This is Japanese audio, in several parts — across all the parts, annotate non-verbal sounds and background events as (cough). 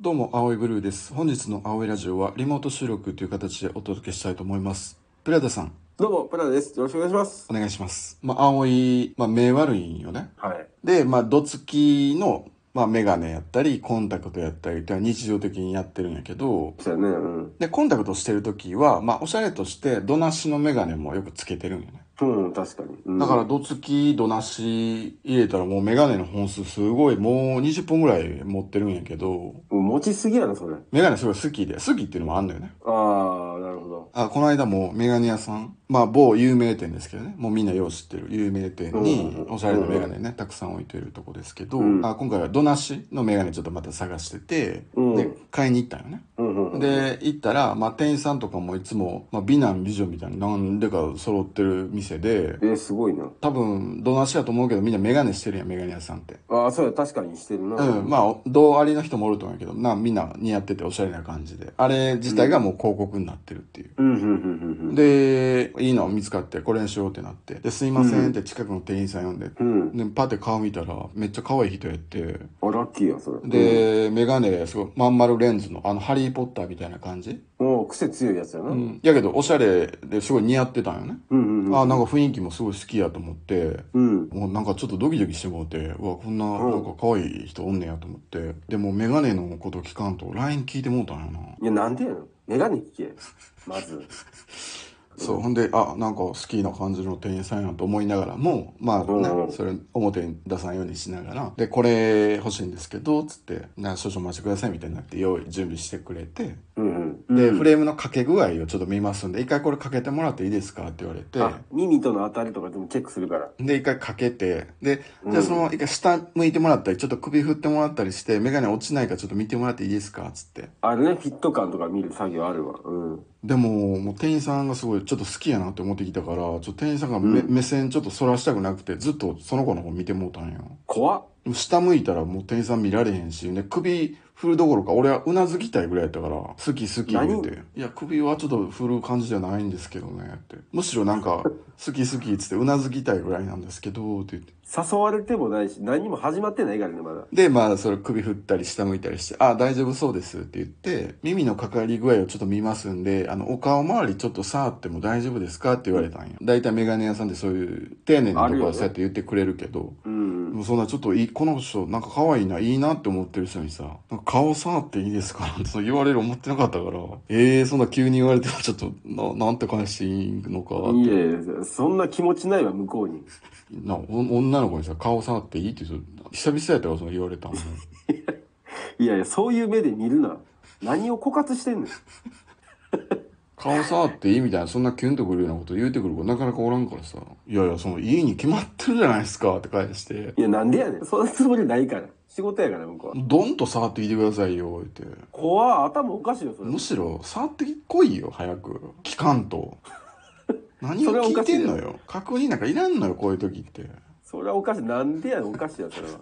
どうも、青いブルーです。本日の青いラジオはリモート収録という形でお届けしたいと思います。プラダさん。どうも、プラダです。よろしくお願いします。お願いします。まあ、青い、まあ、目悪いんよね。はい。で、まあ、どつきの、まあ、メガネやったり、コンタクトやったりって日常的にやってるんやけど、そうね、うん。で、コンタクトしてるときは、まあ、おしゃれとして、どなしのメガネもよくつけてるんよね。うん、確かに。うん、だから、どつき、どなし入れたらもうメガネの本数すごい、もう20本ぐらい持ってるんやけど。持ちすぎやな、それ。メガネすごい好きで、好きっていうのもあんだよね。ああ、なるほど。あ、この間もメガネ屋さん、まあ某有名店ですけどね、もうみんなよう知ってる有名店に、おしゃれなメガネね、たくさん置いてるとこですけど、うん、あ今回はどなしのメガネちょっとまた探してて、うん、で、買いに行ったんよね。で、行ったら、まあ店員さんとかもいつも、まあ美男美女みたいな、なんでか揃ってる店で、えー、すごいな。多分、どなしやと思うけど、みんなメガネしてるやん、メガネ屋さんって。ああ、そうや、確かにしてるな。うん、まあ、同ありの人もおると思うけど、な、みんな似合ってておしゃれな感じで。あれ自体がもう広告になってるっていう。うん、で、いいの見つかって、これにしようってなって。で、すいませんって近くの店員さん呼んで。うん、で、パって顔見たら、めっちゃ可愛い人やって。あ、ラッキーや、それ。で、メガネ、すごい、まん丸レンズの、あの、ハリーポッターみたいな感じ。お癖強いやつやな。うんやけど、おしゃれですごい似合ってたんよね。うんうん、うん、あ、なんか雰囲気もすごい好きやと思って、うん。もうなんかちょっとドキドキしてもうて、うわ、こんな、なんか可愛い人おんねやと思って。でも、メガネのこと聞かんと、LINE 聞いてもうたんやな。いや、なんでやのメガネ聞け。まず。そう、ほんで、あ、なんか好きな感じの店員さんやと思いながらも、まあね、それ表に出さんようにしながら、で、これ欲しいんですけど、つって、な少々お待ちくださいみたいになって、用意、準備してくれて、うんうん、で、フレームのかけ具合をちょっと見ますんで、一回これかけてもらっていいですかって言われて、耳との当たりとかでもチェックするから。で、一回かけて、で、じゃあその、一回下向いてもらったり、ちょっと首振ってもらったりして、メガネ落ちないかちょっと見てもらっていいですかつって。あれね、フィット感とか見る作業あるわ。うん。でも、もう店員さんがすごいちょっと好きやなって思ってきたから、ちょっと店員さんが、うん、目線ちょっとそらしたくなくて、ずっとその子の方見てもうたんよ。怖っ。下向いたらもう店員さん見られへんし、ね、首振るどころか、俺はうなずきたいぐらいやったから、好き好き言うて。いや、首はちょっと振る感じじゃないんですけどね、って。むしろなんか、好き好きっつってうなずきたいぐらいなんですけど、って言って。誘われてもないし、何も始まってないからね、まだ。で、まあ、それ首振ったり下向いたりして、あ、大丈夫そうですって言って、耳のかかり具合をちょっと見ますんで、あの、お顔周りちょっと触っても大丈夫ですかって言われたんよ。大体メガネ屋さんでそういう丁寧なとこはそうやって言ってくれるけど、うん、もうそんなちょっといこの人なんか可愛いな、いいなって思ってる人にさ、顔触っていいですかなんて言われる思ってなかったから、ええー、そんな急に言われてもちょっと、な、なんて返していいのかいやそんな気持ちないわ、向こうに。な、女の子にさ、顔触っていいって言う久々やったからその言われたの。いやいや、そういう目で見るな。何を枯渇してんの顔触っていいみたいな、そんなキュンとくるようなこと言うてくる子なかなかおらんからさ、いやいや、その、いいに決まってるじゃないですかって返して。いや、なんでやねん。そんなつもりないから。仕事やから、向こうは。どんと触ってきてくださいよ、言って。怖頭おかしいよ、それ。むしろ、触ってこいよ、早く。聞かん (laughs) と。何を聞いてんのよ。確認なんかいらんのよ、こういう時って。それはおかしい。なんでやねん、おかしいや、それは。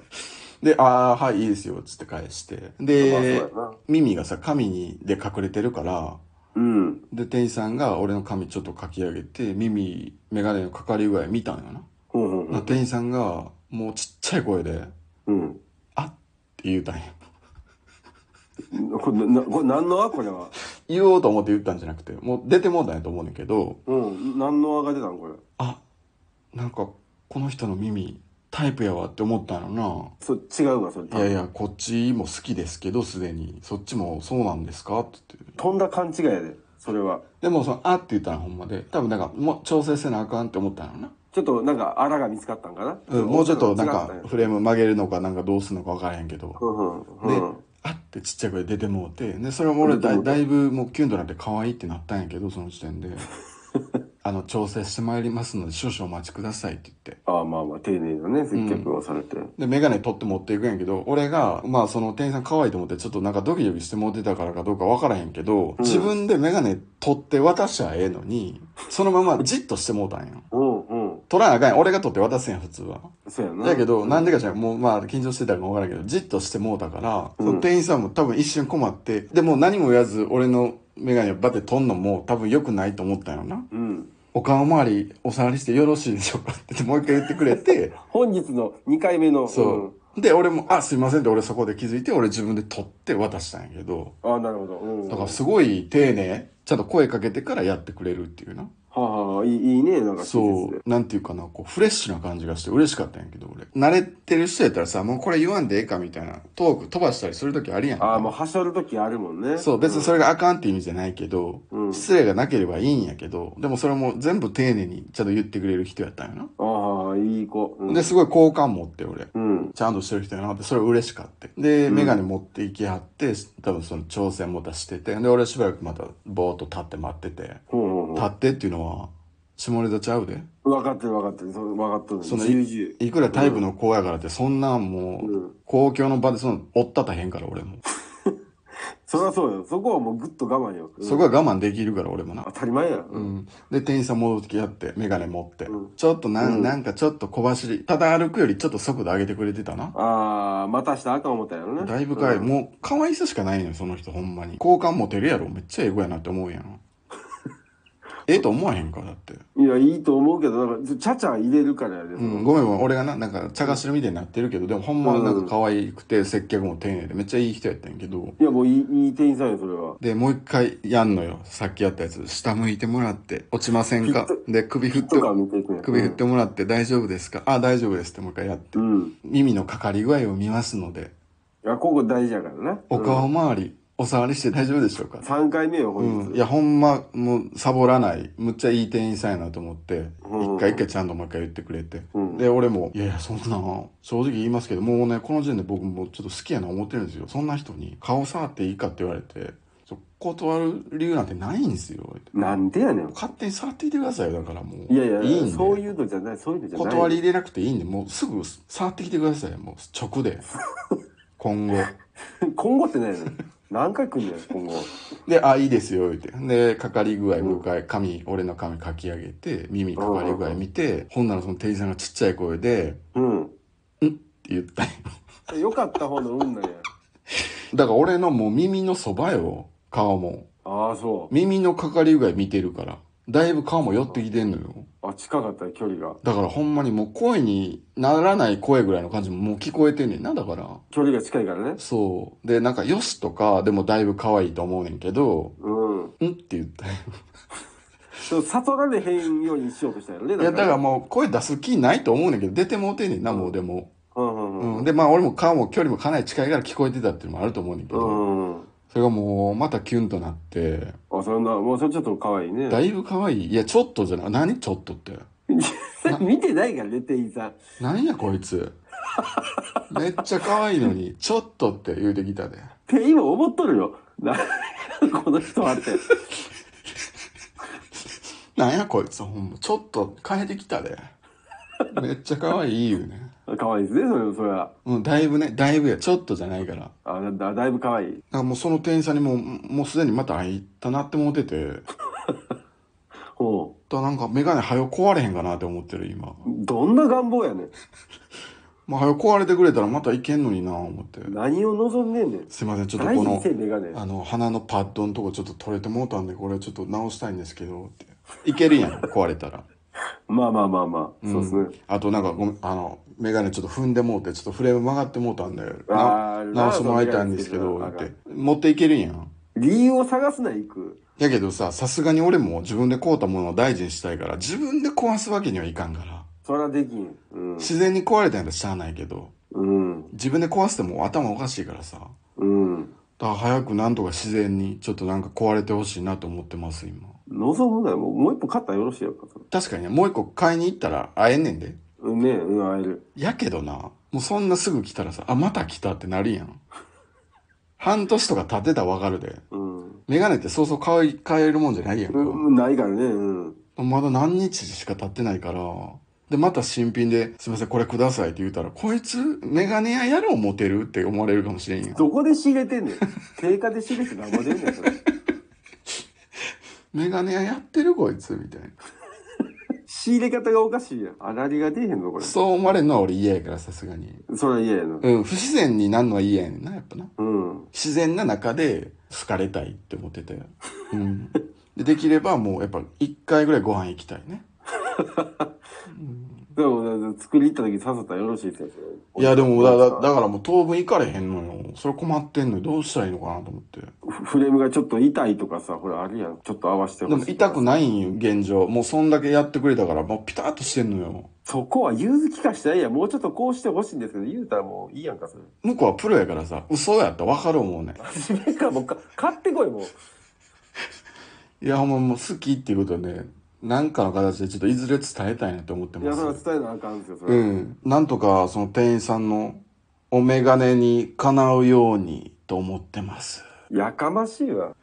で、ああ、はい、いいですよ、つって返して。で、耳がさ、髪に、で隠れてるから、うん、で店員さんが俺の髪ちょっとかき上げて耳眼鏡のかかり具合見たんよな、うんうん、店員さんがもうちっちゃい声で「うん、あっ」って言うたんやこれなこれ何のあこれは言おうと思って言ったんじゃなくてもう出てもうたんやと思うねんけどうん何のあが出たんこれあなんかこの人の耳タイプやわって思ったのなそ違うわそれいやいやこっちも好きですけどすでにそっちもそうなんですかって言ってとんだ勘違いやでそれはでもその「あ」って言ったらほんまで多分なんかもう調整せなあかんって思ったのなちょっとなんかあらが見つかったんかな、うん、もうちょっとなんかフレーム曲げるのかなんかどうすんのか分からへんけど、うんうん、であってちっちゃい声出てもうてでそれも俺だだいぶもうキュンとなって可愛いってなったんやけどその時 (laughs) 点であの調整してまいりますので少々お待ちくださいって言ってああまあまあ丁寧なね接客をされて、うん、で眼鏡取って持っていくんやけど俺がまあその店員さん可愛いと思ってちょっとなんかドキドキして持ってたからかどうか分からへんけど、うん、自分で眼鏡取って渡しゃええのにそのままじっとしてもうたんやうんうん取らなあかんや俺が取って渡せんや普通はそうやなだけどなんでかじゃもうまあ緊張してたか分からんけどじっとしてもうたから、うん、その店員さんも多分一瞬困ってでも何も言わず俺の眼鏡をバテ取んのも多分良くないと思ったよな。うん。お顔周 (laughs) りお触りしてよろしいでしょうかってもう一回言ってくれて。本日の2回目の。そう。で、俺も、あ、すいませんって俺そこで気づいて、俺自分で取って渡したんやけど、ああ、なるほど。うん、だからすごい丁寧、ちゃんと声かけてからやってくれるっていうな。はあ、はあ、いいいいね、なんかそ季節う、なんていうかな、こう、フレッシュな感じがして嬉しかったんやけど、俺。慣れてる人やったらさ、もうこれ言わんでええかみたいな、トーク飛ばしたりするときあるやんで。ああ、もうか。はしょる時あるもんね。そう、別にそれがあかんって意味じゃないけど、うん失礼がなければいいんやけど、でもそれも全部丁寧にちゃんと言ってくれる人やったんやな。ああ、いい子。うん、で、すごい好感持って、俺。うん。ちゃんとしてる人やなって、それ嬉しかって。で、メガネ持って行きはって、多分その挑戦も出してて、で、俺しばらくまたぼーっと立って待ってて、ほうほうほう立ってっていうのは、下ネタちゃうで。分かってる分かってる。そ分かっとる。その重々。いくらタイプの子やからって、そんなんもう、うん公共の場でその、おったたへんから、俺も。そりゃそうよ。そこはもうぐっと我慢よ。うんそこは我慢できるから、俺もな当。たり前や。う。うんん。で、店員さん戻ってきやって、メガネ持って。うんちょっとなん、うんなんかちょっと小走り。ただ歩くよりちょっと速度上げてくれてたな。ああ、またしたらあかん思ったんやろね。だいぶかい、うんもう、可愛さしかないのよ、その人、ほんまに。好感持てるやろ、めっちゃええ子やなって思うやん。 (laughs) ええと思わへんか、だって。いや、いいと思うけど、なんか、ちゃちゃ入れるからやで。うん、ごめんごめん、俺がな、なんか、茶がしてるみたいになってるけど、でもほんまなんか可愛くて、接客も丁寧で、めっちゃいい人やったんやけど。いや、もういい、いい店員さんよ、それは。で、もう一回やんのよ。さっきやったやつ。下向いてもらって、落ちませんかきっで、首振ってと、か見ていくんや。首振ってもらって、大丈夫ですかあ、大丈夫ですってもう一回やって。うん。うん。耳のかかり具合を見ますので、いや、ここ大事やからな。お顔周り、お触りして大丈夫でしょうか3回目よ、本うん、い日。やほんまもうサボらないむっちゃいい店員さんやなと思ってうん一回一回ちゃんともう一回言ってくれて、うんで俺も「いやいやそんな正直言いますけどもうねこの時点で僕もちょっと好きやな思ってるんですよそんな人に顔触っていいか」って言われてそう断る理由なんてないんですよなんでやねん。勝手に触っていてくださいよだからもういやいや、んでそういうのじゃない、そういうのじゃない。断り入れなくていいんでもうすぐ触ってきてくださいもう直で今後。 (laughs) 今後ってないの何回来んねん、今後。で、あ、いいですよ、言って。で、かかり具合、もう一回、髪、俺の髪かき上げて、耳かかり具合見て、ほんならその店員さんがちっちゃい声で、うって言ったんよん。よかった方の運なんや。だから俺のもう耳のそばよ、顔も。ああ、そ耳のかかり具合見てるから。だいぶ顔も寄ってきてんのよ。う。あ、近かった、距離が。だからほんまにもう声にならない声ぐらいの感じももう聞こえてんねんな、だから。距離が近いからね。そう。で、なんか、よしとか、でもだいぶ可愛いと思うねんけど、うん。んって言ったよ。でも悟られへんようにしようとしたよね。いや、だからら。もう声出す気ないと思うねんけど、出てもうてんねんな、もうでも。うんうんうん。うん、でまあ俺も顔も距離もかなり近いから聞こえてたっていうのもあると思うねんだけうど、んうん。それがもうまたキュンとなってあ、そんな、もうそれちょっと可愛いね。だいぶ可愛いいやちょっとじゃない何ちょっとって見てないからね、店員さん。何やこい (laughs) つめっちゃ可愛いのにちょっとって言うてきたで店員は思っとるよ。な、 (laughs) この人はって。なんやこいつほんまちょっと変えてきたでめっちゃ可愛い言うね可愛いですね、それ、それは。うんだいぶねだいぶやちょっとじゃないからだかあ、だだいぶ可愛い。らもうその店員さんにもうもうすでにまた会いたなって思っててほだなんか眼鏡はよ壊れへんかなって思ってる今う。どんな願望やねん。まあ、早く壊れてくれたらまたいけんのになぁ思って。何を望んでんねん。すいません、ちょっと大こ事のせ、メガネ。あの、鼻のパッドのとこちょっと取れてもうたんで、これちょっと直したいんですけど、って。いけ (laughs) るやん、壊れたら。まあまあまあまあ、んそうですね。あとなんかごめん、あの、メガネちょっと踏んでもうて、ちょっとフレーム曲がってもうたんで、なあー直してもらいたいんですけど、なっるほどて。持っていけるやん。理由を探すな、行く。やけどさ、さすがに俺も自分で買うたものを大事にしたいから、自分で壊すわけにはいかんから。そらできん。うん。自然に壊れたんやったらしゃあないけど、うん。自分で壊しても頭おかしいからさ。うん。だから早くなんとか自然にちょっとなんか壊れてほしいなと思ってます今望むならもう、もう一歩買ったらよろしいやんか、それ確かにねもう一個買いに行ったら会えんねんでうんねえ、うん、会える。やけどなもうそんなすぐ来たらさあまた来たってなるやん半年とか経ってたらわかるでうん。メガネってそうそう買い買えるもんじゃないやんか、うん、ないからね、うん。まだ何日しか経ってないからでまた新品で「すいませんこれください」って言うたら「こいつメガネ屋やろうモテる?」って思われるかもしれんやんどこで仕入れてんねん。定価で仕入れてなんぼ出んねん、それ。メガネ屋やってるこいつみたいな仕入れ方がおかしいやん。あらりが出えへんの、これ。そう思われるのは俺嫌やからさすがにそら嫌やな。うん、不自然になんのは嫌やねんな、やっぱな。うん。自然な中で好かれたいって思ってて。うん。で、できればもうやっぱ一回ぐらいご飯行きたいね。でも、作り行った時刺さったらよろしいですよ。 (laughs) いや、でもだ、だ、だからもう当分行かれへんのよ。それ困ってんのよ。どうしたらいいのかなと思って。フフレームがちょっと痛いとかさ、ほら、あるやん。ちょっと合わせてでも痛くい。ないんよ、現状。もうそんだけやってくれたから、もうピタッとしてんのよ。そこは言う気かしてないやん。もうちょっとこうしてほしいんですけど、言うたらもういいやんか、それ。向こうはプロやからさ、嘘やったらわかる思うねん。初めからもうか、買ってこい、もう。いや、ほんまもう好きっていうことで、ね、なんかの形でちょっといずれ伝えたいなと思っていや、まそれはす。伝えなあかんですよ、それうは。ん。なんとか、その店員さんのお眼鏡にかなうようにと思ってます。やかましいわ。